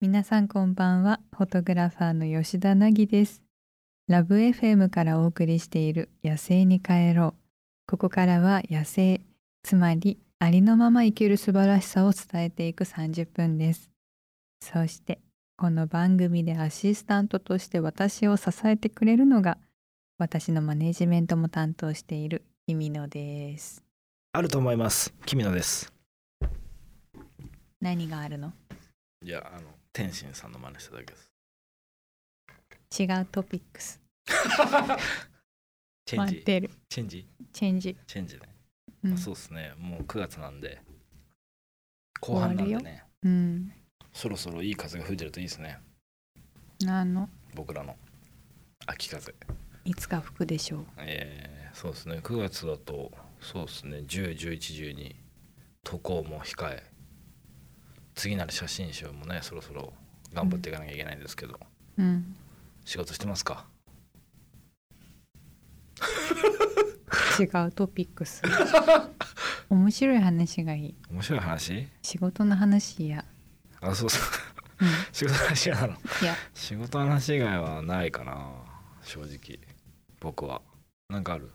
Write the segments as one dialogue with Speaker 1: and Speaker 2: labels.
Speaker 1: 皆さんこんばんはフォトグラファーの吉田凪ですラブ FM からお送りしている野生に帰ろうここからは野生つまりありのまま生きる素晴らしさを伝えていく30分ですそしてこの番組でアシスタントとして私を支えてくれるのが私のマネジメントも担当しているひみのです
Speaker 2: あると思います。君野です。
Speaker 1: 何があるの
Speaker 2: いや、あの、天心さんの真似しただけです。
Speaker 1: 違うトピックス
Speaker 2: チェン
Speaker 1: 待っ
Speaker 2: ジ。
Speaker 1: てる
Speaker 2: チェンジ。
Speaker 1: チェンジ、
Speaker 2: チェンジね。
Speaker 1: うん
Speaker 2: まあそうですね。もう9月なんで。後半なんで
Speaker 1: 終
Speaker 2: ね。
Speaker 1: うん、
Speaker 2: そろそろいい風が吹いてるといいですね。
Speaker 1: あの
Speaker 2: 僕らの。秋風。
Speaker 1: いつか吹くでしょう
Speaker 2: えー、そうですね。9月だと、そうですね。10、11、12。渡航も控え。次なる写真集もね、そろそろ頑張っていかなきゃいけないんですけど。
Speaker 1: うん
Speaker 2: 仕事してますか
Speaker 1: 違うトピック ス面白い話がいい
Speaker 2: 面白い話
Speaker 1: 仕事の話や、
Speaker 2: あ、そうそ
Speaker 1: う
Speaker 2: う。
Speaker 1: ん、
Speaker 2: 仕事の話なの
Speaker 1: いや
Speaker 2: 仕事の話以外はないかな正直僕はなんかある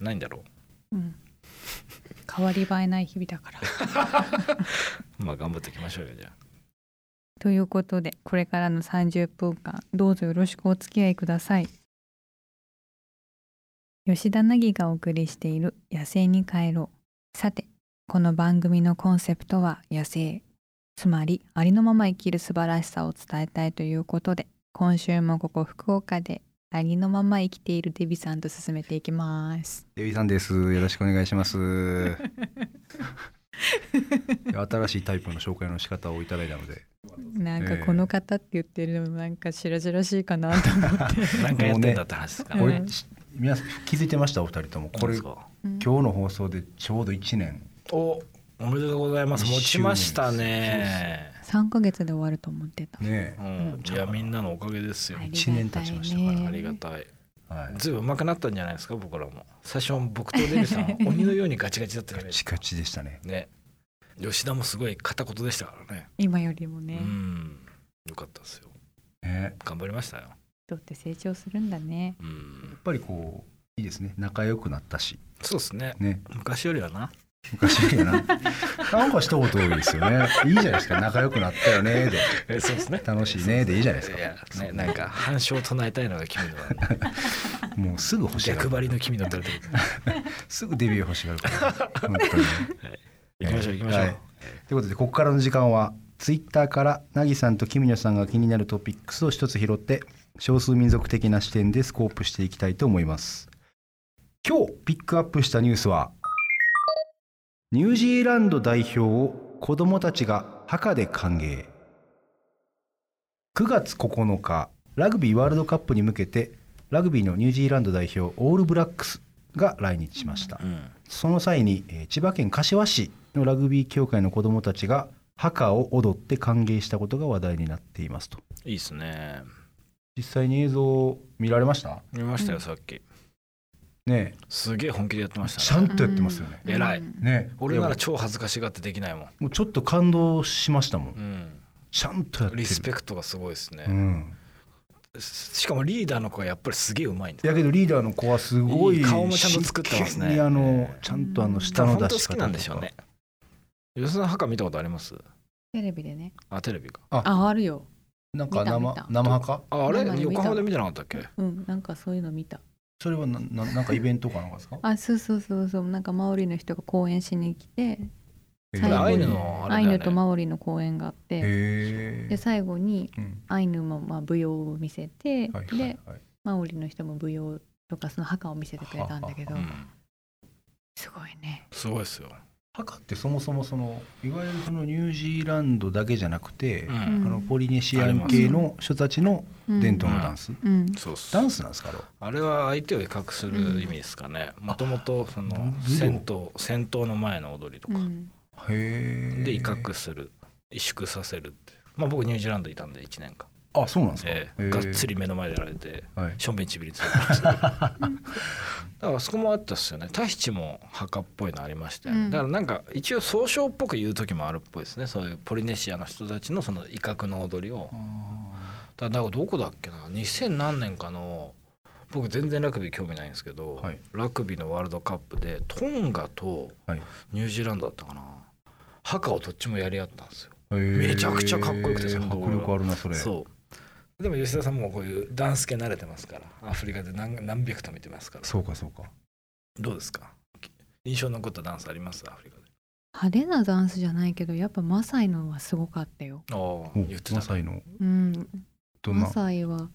Speaker 2: ないんだろ
Speaker 1: うん変わり映えない日々だから
Speaker 2: うまあ頑張っていきましょうよじゃあ
Speaker 1: ということでこれからの30分間どうぞよろしくお付き合いください吉田凪がお送りしている「野生に帰ろう」さてこの番組のコンセプトは「野生」つまりありのまま生きる素晴らしさを伝えたいということで今週もここ福岡でありのまま生きているデビさんと進めていきます
Speaker 3: デビさんです。よろしくお願い します。新しいタイプの紹介の仕方をいただいたので、
Speaker 1: なんかこの方って言ってるのもなんか白々しいかなと思って、
Speaker 2: 何回やってんだって話ですか
Speaker 3: こ
Speaker 1: う
Speaker 3: れ
Speaker 1: ん
Speaker 3: し皆さん気づいてましたお二人ともこれ 今
Speaker 1: うん
Speaker 3: 日の放送でちょうど1年
Speaker 2: おおめでとうございます持ちましたね
Speaker 1: 3ヶ月で終わると思ってた
Speaker 3: ね
Speaker 2: う、
Speaker 1: うん
Speaker 2: ん、いやみんなのおかげですよ、
Speaker 1: ありがたい
Speaker 3: 一年経ちましたから
Speaker 1: ね
Speaker 2: ありがたい
Speaker 3: はい、
Speaker 2: ずいぶん上手くなったんじゃないですか僕らも最初僕とデビ さん鬼のようにガチガチだったよ
Speaker 3: ガ
Speaker 2: ね
Speaker 3: チガチでしたね。
Speaker 2: ね吉田もすごい片言でしたからね
Speaker 1: 今よりもね、
Speaker 2: うんよかったですよ
Speaker 3: ね
Speaker 2: 頑張りましたよ
Speaker 1: 人って成長するんだね
Speaker 2: うん
Speaker 3: やっぱりこういいですね仲良くなったし
Speaker 2: そうですね
Speaker 3: ね
Speaker 2: 昔よりはな
Speaker 3: 昔より はななんか一言多いですよね。いいじゃないですか仲良くなったよねで
Speaker 2: えそうですね
Speaker 3: 楽しいねでいいじゃないですか。
Speaker 2: やねなんか反証を唱えたいのが君 のなんで
Speaker 3: もうすぐ欲しが
Speaker 2: 逆
Speaker 3: る
Speaker 2: 張りの君のってこと
Speaker 3: すぐデビュー欲しがる から本当に。
Speaker 2: 行きましょう行きましょう、
Speaker 3: はいということでここからの時間はツイッターからなぎさんときみのさんが気になるトピックスを一つ拾って少数民族的な視点でスコープしていきたいと思います今日ピックアップしたニュースはニュージーランド代表を子どもたちが墓で歓迎9月9日ラグビーワールドカップに向けてラグビーのニュージーランド代表オールブラックスが来日しました
Speaker 2: うん
Speaker 3: その際に、えー千葉県柏市のラグビー協会の子どもたちが墓を踊って歓迎したことが話題になっていますと
Speaker 2: いいですね
Speaker 3: 実際に映像見られました
Speaker 2: 見ました
Speaker 1: う
Speaker 2: よ、
Speaker 1: ん
Speaker 2: さっき
Speaker 3: ね
Speaker 2: すげえ本気でやってま
Speaker 3: え
Speaker 2: し
Speaker 3: ち
Speaker 2: た
Speaker 3: ゃ
Speaker 2: ね
Speaker 3: んとやってますよね、
Speaker 2: うん偉い
Speaker 1: うん
Speaker 3: ねえ
Speaker 2: 俺なら
Speaker 3: いや
Speaker 2: 超恥ずかしがってできないもん、
Speaker 3: もうちょっと感動しましたもん、
Speaker 2: うん、
Speaker 3: ちゃんとやってる
Speaker 2: リスペクトがすごいですね、
Speaker 3: うん、
Speaker 2: しかもリーダーの子がやっぱりすげえうまいんだよ
Speaker 3: やけどリーダーの子はすごい
Speaker 2: いい顔もちゃんと作ってますね
Speaker 3: 真剣にあのちゃんとあの
Speaker 2: 多
Speaker 3: 下
Speaker 2: 分
Speaker 3: の
Speaker 2: 本
Speaker 3: 出
Speaker 2: 当
Speaker 3: し方
Speaker 2: 好
Speaker 3: とか
Speaker 2: きなんでしょうね吉田さん墓見たことあります
Speaker 1: テレビでね
Speaker 2: あテレビか
Speaker 1: ああるよ
Speaker 3: なんか
Speaker 1: 見
Speaker 3: 生
Speaker 1: た見た
Speaker 3: 生墓
Speaker 2: ああ
Speaker 1: 生
Speaker 2: れ
Speaker 1: で見た
Speaker 2: 横浜で見てなかったっけ
Speaker 1: うんなんかそういうの見た
Speaker 3: それはなななんかイベントかなんかですか
Speaker 1: あそうそうそうそうなんかマオリの人が講演しに来て
Speaker 3: え
Speaker 1: 最後に
Speaker 2: アイヌのあれ
Speaker 1: ア
Speaker 2: だ
Speaker 1: イ
Speaker 2: よね
Speaker 1: ヌとマオリの講演があって
Speaker 3: へ
Speaker 1: で
Speaker 3: え、
Speaker 1: 最後に
Speaker 3: うん
Speaker 1: アイヌもまあ舞踊を見せて、
Speaker 3: はいはい
Speaker 1: で
Speaker 3: はい
Speaker 1: マオリの人も舞踊とかその墓を見せてくれたんだけど
Speaker 2: うん
Speaker 1: すごいね
Speaker 2: すごいですよ、
Speaker 3: 墓ってそもそもそのいわゆるそのニュージーランドだけじゃなくて、
Speaker 2: う
Speaker 3: あ
Speaker 2: ん
Speaker 1: ん
Speaker 3: のポリネシアン系の人たちの伝統のダンス、
Speaker 1: うん
Speaker 2: そうっす
Speaker 3: ダンスなんですかあれは
Speaker 2: あれは相手を威嚇する意味ですかね。もともとそ
Speaker 3: あ
Speaker 2: の
Speaker 3: 武道
Speaker 2: 戦闘戦闘の前の踊りと
Speaker 1: う
Speaker 2: か
Speaker 1: ん
Speaker 3: へえ
Speaker 2: で威嚇する萎縮させるって。まあ僕ニュージーランドいたんで1年間。
Speaker 3: あそうなんですか、
Speaker 2: え
Speaker 3: へ
Speaker 2: え
Speaker 3: え
Speaker 2: がっつり目の前でやられて
Speaker 3: はい
Speaker 2: しょんべんちびりついてましただ からそこもあったっすよねタヒチも墓っぽいのありましたよね、
Speaker 1: うん
Speaker 2: だからなんか一応総称っぽく言う時もあるっぽいですねそういうポリネシアの人たちのその威嚇の踊りを
Speaker 3: あ
Speaker 2: だからなんかどこだっけな2000何年かの僕全然ラグビー興味ないんですけど、
Speaker 3: はい
Speaker 2: ラグビーのワールドカップでトンガと
Speaker 3: ーはい
Speaker 2: ニュージーランドだったかな墓をどっちもやり合ったんですよ
Speaker 3: め
Speaker 2: めちゃくちゃかっこよくてその
Speaker 3: 迫力あるなそれ
Speaker 2: そうでも吉田さんもこういうダンス系慣れてますからアフリカで何何百と見てますから
Speaker 3: そうかそうか
Speaker 2: どうですか印象に残ったダンスありますアフリカで
Speaker 1: 派手なダンスじゃないけどやっぱマサイのはすごかったよ。
Speaker 2: ああ
Speaker 3: お
Speaker 2: 言ってた
Speaker 3: マサイの
Speaker 1: うん、
Speaker 3: どん
Speaker 1: マ
Speaker 3: な
Speaker 1: サイは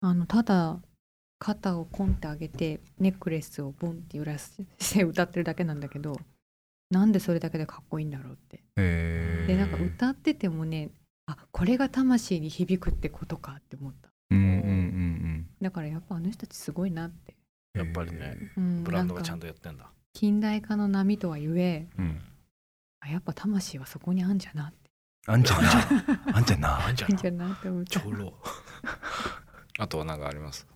Speaker 1: あのただ肩をコンって上げてネックレスをボンって揺らして歌ってるだけなんだけどなんでそれだけでかっこいいんだろうって。
Speaker 3: え
Speaker 1: でなんか歌っててもねあこれが魂に響くってことかって思った。
Speaker 3: うんうんうん
Speaker 1: だからやっぱあの人たちすごいなって。
Speaker 3: うん
Speaker 2: やっぱりね
Speaker 1: うん、
Speaker 2: ブランドがちゃん
Speaker 1: と
Speaker 2: とやってんだ
Speaker 1: 近代化の波とはゆえ
Speaker 3: うん
Speaker 1: あやっぱ魂はそこにあんじゃなって
Speaker 3: あんちゃ んなあんちゃんな
Speaker 2: あんじゃ
Speaker 1: あん
Speaker 2: な
Speaker 1: じゃ なって思った。
Speaker 2: 長老 あとは何かあります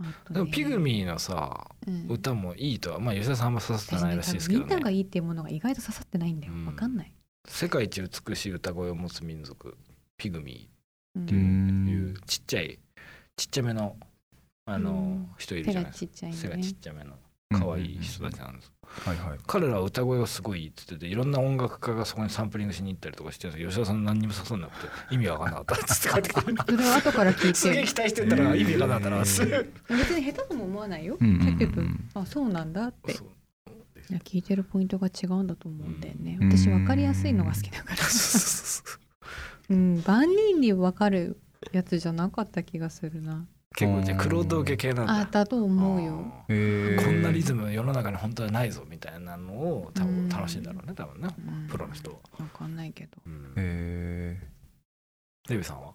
Speaker 1: あ
Speaker 2: で
Speaker 1: と
Speaker 2: も
Speaker 1: ね
Speaker 2: ピグミーのさ
Speaker 1: うん
Speaker 2: 歌もいいとはまあ吉田さんも刺さってないらしいですけ
Speaker 1: み
Speaker 2: ど
Speaker 1: んなが
Speaker 2: ね
Speaker 1: いいっていうものが意外と刺さってないんだよ、
Speaker 2: うん
Speaker 1: わかんない、
Speaker 2: 世界一美しい歌声を持つ民族ピグミ
Speaker 1: うん
Speaker 2: ー
Speaker 3: う
Speaker 2: ってい
Speaker 3: ん
Speaker 2: うちっちゃいちっちゃめのあ
Speaker 1: う
Speaker 2: の
Speaker 1: ん
Speaker 2: 人いる
Speaker 1: 手
Speaker 2: じゃ
Speaker 1: が
Speaker 2: ないです
Speaker 1: ちっちゃい
Speaker 2: か
Speaker 1: ね
Speaker 2: 背がちっちゃめの可愛い人たちなんです
Speaker 3: はいはい
Speaker 2: 彼らは歌声がすごいいいっつってていろんな音楽家がそこにサンプリングしに行ったりとかしてるんですけど吉田さん何にも刺さんなくて意味わかんなかったっつって帰ってきて
Speaker 1: それは後から聞
Speaker 2: すげえ
Speaker 1: いて
Speaker 2: 期待してたら意味わかんなかった
Speaker 3: へ
Speaker 2: な
Speaker 3: ー
Speaker 2: すぐ
Speaker 1: 別に下手とも思わないよ、
Speaker 3: うんうんうん
Speaker 1: だけどあそうなんだって
Speaker 2: そう
Speaker 1: いや聞いてるポイントが違うんだと思うんだよね、
Speaker 3: うん
Speaker 1: 私分かりやすいのが好きだからうん万人に分かるやつじゃなかった気がするな
Speaker 2: 結構じゃあ黒道家系なん
Speaker 1: あ
Speaker 2: だ
Speaker 1: だと思うよ
Speaker 2: あ
Speaker 3: え
Speaker 2: ー
Speaker 3: ー
Speaker 2: こんなリズム世の中に本当はないぞみたいなのを多
Speaker 1: うん
Speaker 2: 分楽しいんだろうね多分ね
Speaker 1: うん
Speaker 2: プロの人は、
Speaker 1: 分かんないけど
Speaker 2: うんデ
Speaker 3: えー
Speaker 2: ビさんは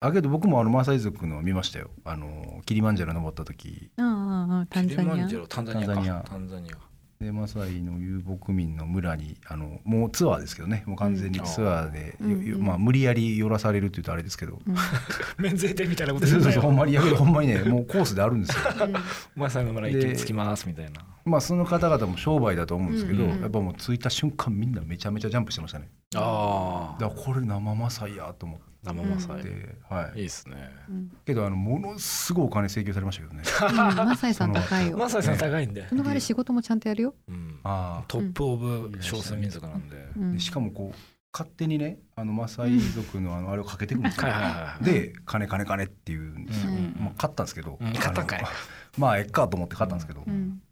Speaker 3: あけど僕もあのマサイ族の見ましたよあのキリマンジャロ登った時
Speaker 1: ああああタンザ
Speaker 2: キリ
Speaker 1: ニ
Speaker 2: マ
Speaker 1: ア
Speaker 2: ンジャロタンザニアか
Speaker 3: タンザニア
Speaker 2: タンザニア
Speaker 3: でマサイの遊牧民の村にあのもうツアーですけどねもう完全にツアーで、
Speaker 1: うん
Speaker 3: よよ
Speaker 1: うん
Speaker 3: まあ、無理やり寄らされるというとあれですけど、
Speaker 1: うん
Speaker 2: 免税店みたいなこと
Speaker 3: そうそうそうほん
Speaker 2: ま
Speaker 3: まにいやほんまにねもうコースであるんです よ。
Speaker 2: お前さんの村一気に着きますみたいな
Speaker 3: まあその方々も商売だと思うんですけど、
Speaker 1: うんうん
Speaker 3: やっぱもう着いた瞬間みんなめちゃめちゃジャンプしてましたね
Speaker 2: あ
Speaker 3: だからこれ生マサイやと思っ
Speaker 2: 生マサイ、
Speaker 3: て、
Speaker 1: う
Speaker 3: はい
Speaker 2: いいですね
Speaker 1: うんうん
Speaker 3: けどあのものすごいお金請求されましたけど ね
Speaker 1: うんマサイさん高いよ
Speaker 2: マサイさん高いんで、
Speaker 1: その代わり仕事もちゃんとやるよ。
Speaker 2: うん
Speaker 3: ああ
Speaker 2: トップオブ少数民族なんで、
Speaker 3: でしかもこう勝手にねあのマサイ族のあのあれをかけてくるんです
Speaker 2: は
Speaker 3: よ
Speaker 2: いはいはいはい
Speaker 3: で金金金っていうんですよ、
Speaker 1: うん
Speaker 3: まあ、勝ったんですけど、
Speaker 2: うん勝ったんかい
Speaker 3: あの まあえっかと思って勝ったんですけど、
Speaker 1: うん、うん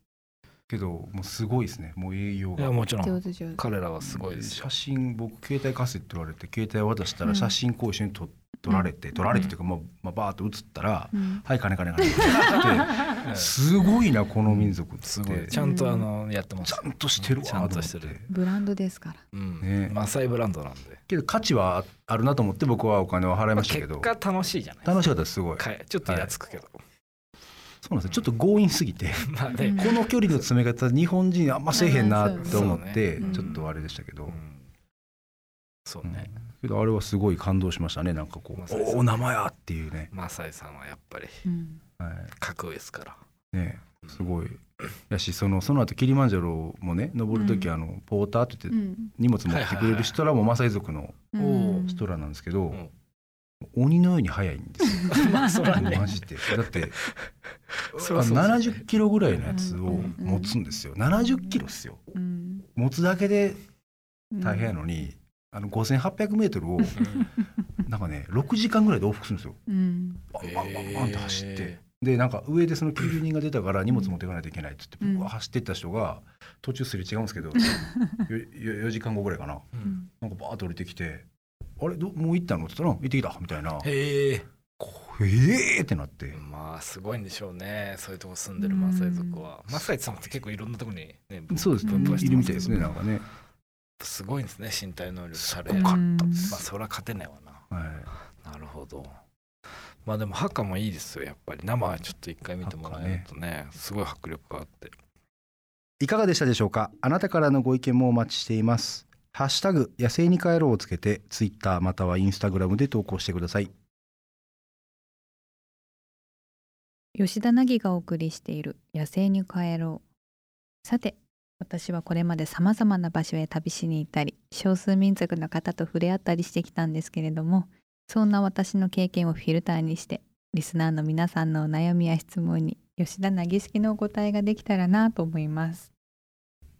Speaker 3: けどもうすごいですねもう営業
Speaker 2: いや
Speaker 3: が。
Speaker 2: もちろ
Speaker 1: 上
Speaker 2: ん
Speaker 1: 手上手。
Speaker 2: 彼らはすごいですよ
Speaker 3: 写真僕携帯貸せって言われて携帯渡した
Speaker 1: う
Speaker 3: ら
Speaker 1: ん
Speaker 3: 写真こう一緒に撮撮られて撮られてっていうか、まあまあ、バーッと写ったら「
Speaker 1: うん
Speaker 3: はい金金金」って 言って
Speaker 2: うん
Speaker 3: すごいなこの民族って
Speaker 2: すごい
Speaker 3: ち
Speaker 2: ちゃんとあのやってます
Speaker 3: ゃんとしてるわ
Speaker 2: ち
Speaker 3: と
Speaker 2: ゃ
Speaker 3: 思
Speaker 2: ん
Speaker 3: って
Speaker 2: としてる、
Speaker 1: ブランドですから。
Speaker 2: うん
Speaker 3: ね
Speaker 2: マサイブランドなんで
Speaker 3: けど価値はあるなと思って僕はお金を払いましたけ
Speaker 2: 結
Speaker 3: ど
Speaker 2: 果楽しいじゃない
Speaker 3: 楽しかったですすごい
Speaker 2: かちょっとイラつくけど、
Speaker 3: そうなんですよちょっと強引すぎて
Speaker 2: まあね、
Speaker 3: この距離の詰め方日本人あんませえへんなと思って
Speaker 1: そうね
Speaker 3: ちょっとあれでしたけど、
Speaker 2: うんそう
Speaker 3: うん
Speaker 2: ね、
Speaker 3: けどあれはすごい感動しましたねなんかこう
Speaker 2: ま
Speaker 3: 「
Speaker 2: さにそう
Speaker 3: おお名前や!」っていうね,、
Speaker 2: マサイさんはやっぱり
Speaker 1: うん
Speaker 3: は
Speaker 2: 格上ですから
Speaker 3: い、ねすごいやしそのその後キリマンジャロもね登る時、
Speaker 1: うん
Speaker 3: あのポーターって言
Speaker 1: う
Speaker 3: って
Speaker 1: ん
Speaker 3: 荷物持ってくれる人らもマサイ族の
Speaker 1: う
Speaker 2: お
Speaker 1: ん
Speaker 2: ー
Speaker 3: 人らなんですけど、
Speaker 2: うん
Speaker 3: 鬼のように速いんですよ
Speaker 2: まあそらね
Speaker 3: マジで だって
Speaker 2: そりゃそうです
Speaker 3: 七十キロぐらいのやつを
Speaker 1: うん
Speaker 3: 持つんですよ。七十キロっすよ。
Speaker 1: うん
Speaker 3: 持つだけで
Speaker 1: うん
Speaker 3: 大変やのに、あの五千八百メートルを
Speaker 2: うん
Speaker 3: なんかね六時間ぐらいで往復するんですよ。
Speaker 1: うん
Speaker 3: バンバンバンバンって走って、
Speaker 2: え
Speaker 3: でなんか上でその救急人が出たから荷物持っていかないといけないっつって、
Speaker 1: うん
Speaker 3: 僕は走ってった人が途中すれ違うんですけど、よよ四時間後ぐらいかな。
Speaker 2: ーう
Speaker 1: うんん
Speaker 3: なんかバーッと降りてきて。あれどもう行ったのって言ったら「行ってきた」みたいな「
Speaker 2: へえ
Speaker 3: こうええー!」ってなって
Speaker 2: まあすごいんでしょうねそういうとこ住んでるマサイ族はマサイさんって結構いろんなとこにね
Speaker 3: そうです
Speaker 1: ね
Speaker 2: 分布して
Speaker 3: いる
Speaker 2: ま
Speaker 3: み
Speaker 2: けど
Speaker 3: たいですねなんかね、
Speaker 2: すごいんですね身体能力され
Speaker 3: す
Speaker 2: ま
Speaker 3: ごかった
Speaker 1: うん
Speaker 2: あそりゃ勝てないわな
Speaker 3: はい、
Speaker 2: なるほどまあでもハカもいいですよやっぱり生はちょっと一回見てもらえるとねすごい迫力があって
Speaker 3: いかがでしたでしょうかあなたからのご意見もお待ちしています。ハッシュタグ野生に帰ろうをつけて、ツイッターまたはインスタグラムで投稿してください。
Speaker 1: 吉田凪がお送りしている「野生に帰ろう」さて私はこれまで様々な場所へ旅しに行ったり少数民族の方と触れ合ったりしてきたんですけれどもそんな私の経験をフィルターにしてリスナーの皆さんのお悩みや質問に吉田凪式のお答えができたらなと思います。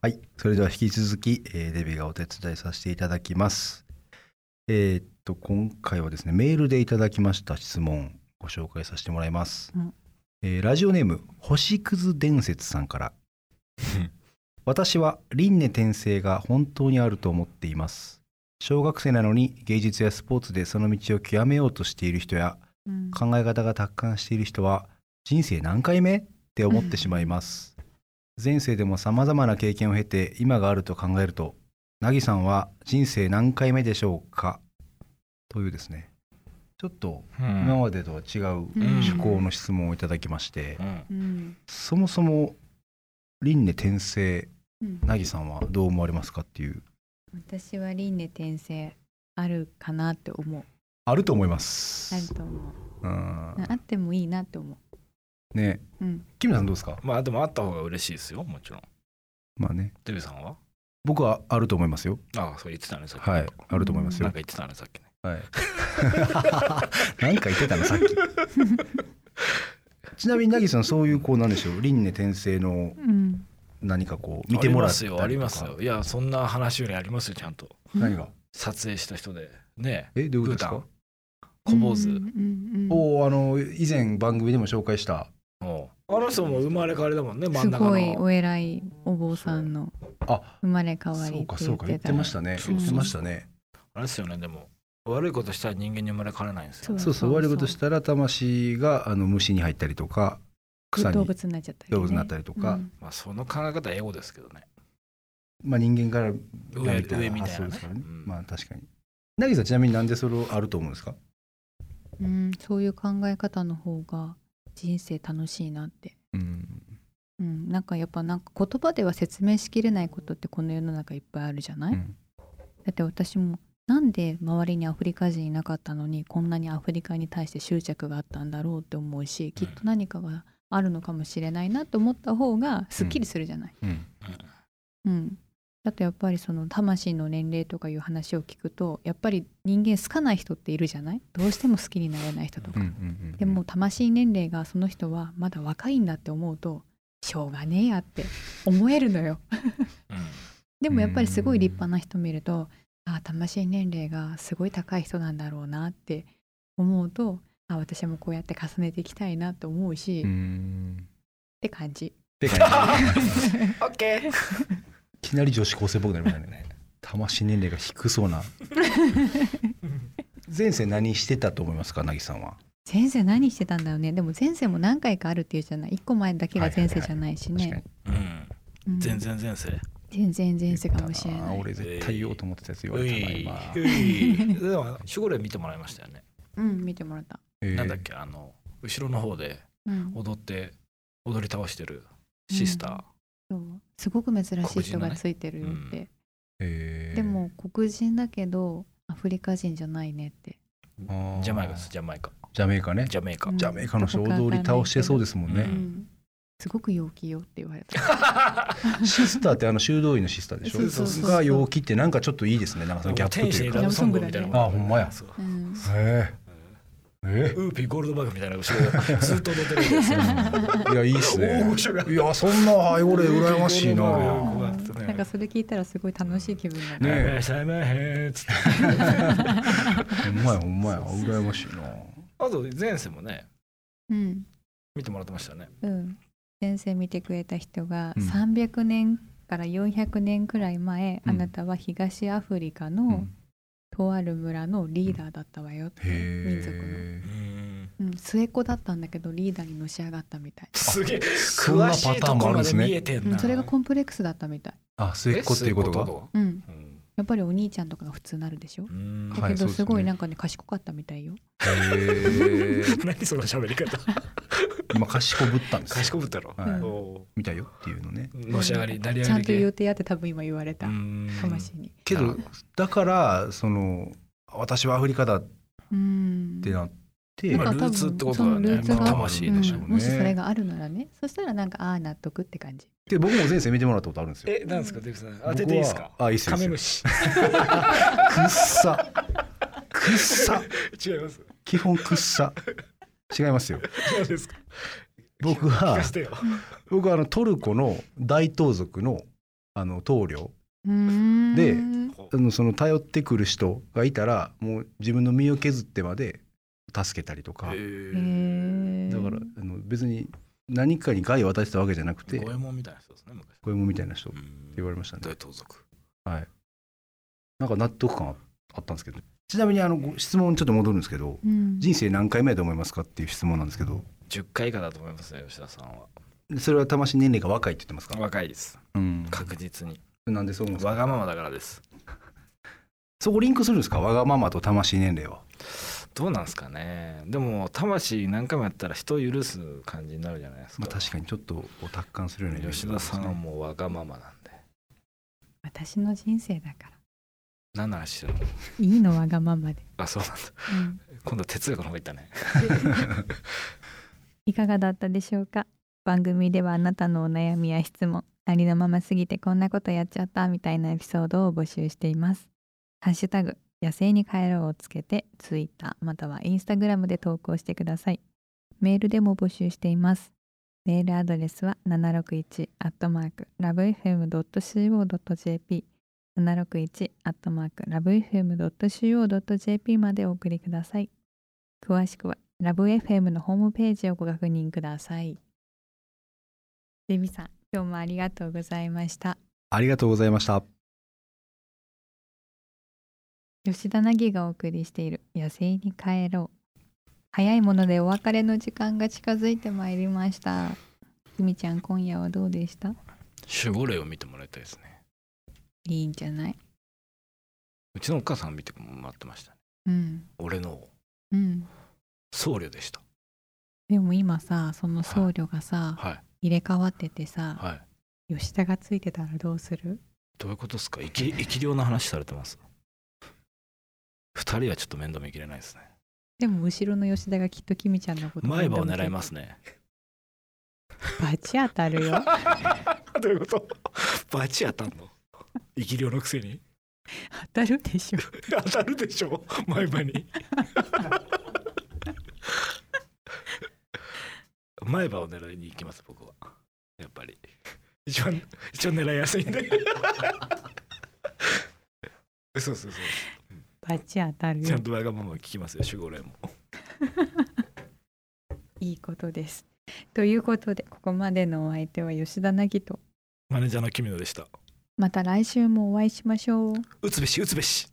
Speaker 3: はい、それでは引き続き、えーデビがお手伝いさせていただきます。えーっと今回はですねメールでいただきました質問ご紹介させてもらいます。
Speaker 1: うん
Speaker 3: えーラジオネーム星屑伝説さんから私は輪廻転生が本当にあると思っています。小学生なのに芸術やスポーツでその道を極めようとしている人や
Speaker 1: うん
Speaker 3: 考え方が達観している人は人生何回目って思ってしまいます、前世でも様々な経験を経て今があると考えるとなぎさんは人生何回目でしょうかというですねちょっと今までとは違う趣向の質問をいただきまして、
Speaker 2: うん
Speaker 1: うん
Speaker 3: そもそも輪廻転生
Speaker 1: うん
Speaker 3: なぎさんはどう思われますかっていう
Speaker 1: 私は輪廻転生あるかなって思う
Speaker 3: あると思いま
Speaker 1: ある
Speaker 3: す、
Speaker 1: と思う
Speaker 3: うん
Speaker 1: あってもいいなって思
Speaker 3: ね
Speaker 1: ううん
Speaker 3: キムさんどうですか
Speaker 2: まあでもあった方が嬉しいですよもちろん
Speaker 3: まあね
Speaker 2: デビさんは
Speaker 3: 僕はあると思いますよ
Speaker 2: ああそう言ってたねさっき
Speaker 3: はいあると思います
Speaker 2: な
Speaker 3: よ
Speaker 2: んか言ってたねさっきね
Speaker 3: はい。 なんか言ってたのさっき。ちなみに凪さんそういうこうなんでしょう輪廻転生の
Speaker 1: うん
Speaker 3: 何かこう見てもらったりとか
Speaker 2: ありますよありますよいやそんな話よりありますよちゃんと
Speaker 3: 何が
Speaker 2: 撮影した人でね
Speaker 3: えどういうことですか
Speaker 2: 小坊主
Speaker 1: 主
Speaker 3: おーあの以前番組でも紹介した
Speaker 2: おうあの人も生まれ変わりだもんね真
Speaker 1: す
Speaker 2: ん中の
Speaker 1: ごいお偉いお坊さんの
Speaker 3: あ
Speaker 1: 生まれ変わ
Speaker 3: そ
Speaker 1: り
Speaker 3: う
Speaker 1: って
Speaker 3: かそ
Speaker 1: 言
Speaker 3: う
Speaker 1: っ
Speaker 3: か言ってて
Speaker 1: た
Speaker 3: ましたね
Speaker 2: そうそ
Speaker 3: 言
Speaker 2: う
Speaker 3: ってましたね
Speaker 2: あれですよねでも悪いことしたら人間に生まれ変われないんですよね
Speaker 1: ん
Speaker 3: そう
Speaker 1: そ
Speaker 3: そう
Speaker 1: うそう
Speaker 3: 悪いことしたら魂があの虫に入ったりとか草に
Speaker 1: 動物になっちゃったりね
Speaker 3: 動物になったりとか
Speaker 1: うん
Speaker 2: まあその考え方はエゴですけどね
Speaker 3: まあ人間から
Speaker 2: 上上みたい
Speaker 3: 発
Speaker 2: なね
Speaker 3: 想ですからね
Speaker 2: うん
Speaker 3: まあ確かに凪さんちなみになんでそれをあると思うんですか
Speaker 1: うんそういう考え方の方が人生楽しいなって
Speaker 3: うん
Speaker 1: うんなんかやっぱなんか言葉では説明しきれないことってこの世の中いっぱいあるじゃないだって私もなんで周りにアフリカ人いなかったのにこんなにアフリカに対して執着があったんだろうって思うしきっと何かがあるのかもしれないなと思った方がすっきりするじゃない。
Speaker 3: うん
Speaker 1: うんだとやっぱりその魂の年齢とかいう話を聞くとやっぱり人間好かない人っているじゃないどうしても好きになれない人とか。
Speaker 3: うんうんうん
Speaker 1: でも魂年齢がその人はまだ若いんだって思うとしょうがねえやって思えるのよ。
Speaker 2: うん
Speaker 1: でもやっぱりすごい立派な人見るとああ魂年齢がすごい高い人なんだろうなって思うとああ私もこうやって重ねていきたいなと思うし、
Speaker 3: う
Speaker 1: っ
Speaker 3: ん
Speaker 1: て感じ。
Speaker 3: でかい いきなり女子高生っぽくなりましたね魂年齢が低そうな前世何してたと思いますかなぎさんは
Speaker 1: 前世何してたんだよねでも前世も何回かあるっていうじゃない一個前だけが前世じゃないし
Speaker 3: 確か
Speaker 1: ね
Speaker 3: に
Speaker 2: うん
Speaker 1: うん
Speaker 2: 全然前世
Speaker 1: 全然前世かもしれな
Speaker 3: あ
Speaker 1: い
Speaker 3: ー俺絶対言おうと思ってたやつ言われたな今
Speaker 2: ういでも守護霊見てもらいましたよね
Speaker 1: うん見てもらった、
Speaker 3: えー
Speaker 2: なんだっけあの後ろの方で
Speaker 1: うん、
Speaker 2: 踊って踊り倒してるシスタ
Speaker 1: そうすごく珍しい人
Speaker 2: 黒人の
Speaker 1: が
Speaker 2: ね
Speaker 1: ついてるよって、
Speaker 3: えー
Speaker 1: でも黒人だけどアフリカ人じゃないねって
Speaker 3: あー
Speaker 2: ージャマイカですジャマイカ
Speaker 3: ジャメイカね
Speaker 2: ジャメイカ
Speaker 1: うん
Speaker 3: ジャメイカの衝動に倒してそうですもん
Speaker 2: う
Speaker 1: う
Speaker 3: ね
Speaker 1: んすごく陽気よって言われた。
Speaker 3: シスターってあの修道院のシスターでしょ
Speaker 1: そうそうそうそう
Speaker 3: が陽気ってなんかちょっといいですねなんかそのギャップ
Speaker 2: 天
Speaker 3: と
Speaker 2: 使
Speaker 3: い
Speaker 2: に
Speaker 3: う
Speaker 2: ラ
Speaker 3: か
Speaker 2: ブソングみたいな
Speaker 3: あほんまや
Speaker 2: そう
Speaker 1: うん
Speaker 3: へええ
Speaker 2: ウーピーゴールドバーグみたいな後ろでずっと踊ってるんですよ
Speaker 3: いやいいっすね
Speaker 2: 大御所が
Speaker 3: いやそんなはい俺 羨ましい
Speaker 2: うん
Speaker 3: な
Speaker 2: こうやってね
Speaker 1: なんかそれ聞いたらすごい楽しい気分になる。
Speaker 3: ねえ
Speaker 2: えさめへっつって
Speaker 3: ほんまやほんまや羨ましいな
Speaker 2: あと前世もね
Speaker 1: うん、
Speaker 2: 見てもらってましたよね
Speaker 1: うん。先生見てくれた人が
Speaker 3: うん
Speaker 1: 300年から400年くらい前、
Speaker 3: うん
Speaker 1: あなたは東アフリカ
Speaker 3: う
Speaker 1: の
Speaker 3: ん
Speaker 1: とある村のリーダーだったわよって、民族の、
Speaker 3: へえ
Speaker 2: うん
Speaker 1: うん、末っ子だったんだけどリーダーにのし上がったみたい、
Speaker 2: すげえ
Speaker 3: そんな
Speaker 2: 詳し
Speaker 3: パ
Speaker 2: い
Speaker 3: ター
Speaker 2: と
Speaker 3: ンも
Speaker 2: こ
Speaker 3: あるん
Speaker 2: ま
Speaker 3: です
Speaker 2: で見え
Speaker 3: ね
Speaker 2: てん
Speaker 1: う、
Speaker 2: なん
Speaker 1: それがコンプレックスだったみたい、
Speaker 3: あ末っ子っていうことが
Speaker 1: うん、
Speaker 2: うん
Speaker 1: やっぱりお兄ちゃんとかが普通なるでしょ
Speaker 2: うん
Speaker 3: は
Speaker 1: だけ
Speaker 3: いそう
Speaker 1: ど
Speaker 3: ですね
Speaker 1: すごいなんかね賢かったみたいよ、
Speaker 3: へえ
Speaker 2: 何その喋り方
Speaker 3: 今賢ぶったんですよ
Speaker 2: 賢ぶったろ、
Speaker 3: はい
Speaker 2: お
Speaker 3: みたいよっていうのね
Speaker 2: うのし上がり成り上
Speaker 1: ちゃ
Speaker 2: が
Speaker 1: ん
Speaker 2: り
Speaker 1: と言うてやって多分今言われた、
Speaker 2: うん
Speaker 1: 魂に
Speaker 3: けどだからその私はアフリカだっ
Speaker 1: うん
Speaker 3: てなって
Speaker 2: ま
Speaker 1: な
Speaker 2: あ
Speaker 1: ん
Speaker 2: ル
Speaker 1: か多
Speaker 2: ー
Speaker 1: 分
Speaker 2: ツってことだよ
Speaker 1: その
Speaker 2: ね
Speaker 1: ルー。ツ
Speaker 2: ま
Speaker 1: が
Speaker 2: あ魂でしょう
Speaker 1: う
Speaker 2: ね
Speaker 1: ん。もしそれがあるならねそしたらなんかああ納得って感じ
Speaker 3: で僕も前世見てもらったことあるんですよ。
Speaker 4: え、なんですか、デブさん。当てていいですか
Speaker 3: 僕。はあいいっすよ
Speaker 4: カメム シ。
Speaker 3: くっさ。くっさ。
Speaker 4: 違います。
Speaker 3: 基本くっさ。違いますよ。
Speaker 4: 違うですか。聞
Speaker 3: 僕は
Speaker 4: かせてよ。
Speaker 3: 僕はあのトルコの大盗賊のあの棟梁で
Speaker 1: で
Speaker 3: あのその頼ってくる人がいたらもう自分の身を削ってまで助けたりとか、
Speaker 2: へ
Speaker 1: へー
Speaker 3: だからあの別に何かに害を与えてたわけじゃなく
Speaker 2: え。
Speaker 3: て
Speaker 2: 五右衛門みたいな人ですね昔。
Speaker 3: こういうもんみたいな人って言わ
Speaker 2: 言
Speaker 3: れましたね
Speaker 2: 大盗賊。
Speaker 3: なんか納得感あったんですけどちなみにあのご質問ちょっと戻るんですけど
Speaker 1: うん
Speaker 3: 人生何回目だと思いますかっていう質問なんですけど
Speaker 2: 十回以下だと思いますね吉田さんは。
Speaker 3: それは魂年齢が若いって言ってますか、
Speaker 2: 若いです。
Speaker 3: うん、
Speaker 2: 確実に。
Speaker 3: なんでそう思うんです
Speaker 2: わ
Speaker 3: か
Speaker 2: がままだからです。
Speaker 3: そこリンクするんですかわがままと魂年齢は
Speaker 2: どうなんですかね。でも魂何回もやったら人を許す感じになるじゃないです
Speaker 3: ま
Speaker 2: か。
Speaker 3: あ確かにちょっとお達観するようなイメージ
Speaker 2: 吉
Speaker 3: があり
Speaker 2: 田さ
Speaker 3: ますね
Speaker 2: んはもうわがままなんで。
Speaker 1: 私の人生だから
Speaker 2: 何の話してるの？
Speaker 1: いいのわがま まで、
Speaker 2: あそうなん だ。
Speaker 1: うん
Speaker 2: 今度哲学の方行ったね。
Speaker 1: いかがだったでしょうか番組ではあなたのお悩みや質問ありのまますぎてこんなことやっちゃったみたいなエピソードを募集していますハッシュタグ野生に帰ろうをつけてツイッターまたはインスタグラムで投稿してくださいメールでも募集していますメールアドレスは761アットマークラブ FM.co.jp 761アットマークラブ FM.co.jp までお送りください詳しくはラブ FM のホームページをご確認ください。デビさん、今日もありがとうございました。
Speaker 3: ありがとうございました
Speaker 1: 吉田凪がお送りしている野生に帰ろう。早いものでお別れの時間が近づいてまいりました。ひみちゃん、今夜はどうでした
Speaker 2: 守護霊を見てもらいたいですね。
Speaker 1: いいんじゃないう
Speaker 2: ちのお母さん見てもらってましたね。
Speaker 1: うん。
Speaker 2: 俺の
Speaker 1: うん。
Speaker 2: 僧侶でした。
Speaker 1: でも今さ、その僧侶がさ、
Speaker 2: はい
Speaker 1: 入れ替わっててさ、
Speaker 2: はい。
Speaker 1: 吉田がついてたらどうする
Speaker 2: どういうことですか生き生き量の話されてます二人はちょっと面倒見きれないですね
Speaker 1: でも後ろの吉田がきっときみちゃんのこと
Speaker 2: 前歯を狙います ね
Speaker 1: バチ当たるよ。
Speaker 4: どういう こと。バチ当たんの。生き量のくせに。
Speaker 1: 当たるでしょ。
Speaker 4: 当たるでし ょ前歯に。
Speaker 2: 前歯を狙いに行きます僕はやっぱり
Speaker 4: 一番、一番狙いやすいんで。
Speaker 2: そうそうそう
Speaker 1: バチ当たる
Speaker 2: ちゃ
Speaker 1: よ
Speaker 2: ん。とわがまま聞きますよ守護霊も
Speaker 1: いいことです。ということでここまでのお相手は吉田凪と
Speaker 4: マネージャーの君野でした。
Speaker 1: また来週もお会いしましょう。
Speaker 4: 打つべし、打つべし。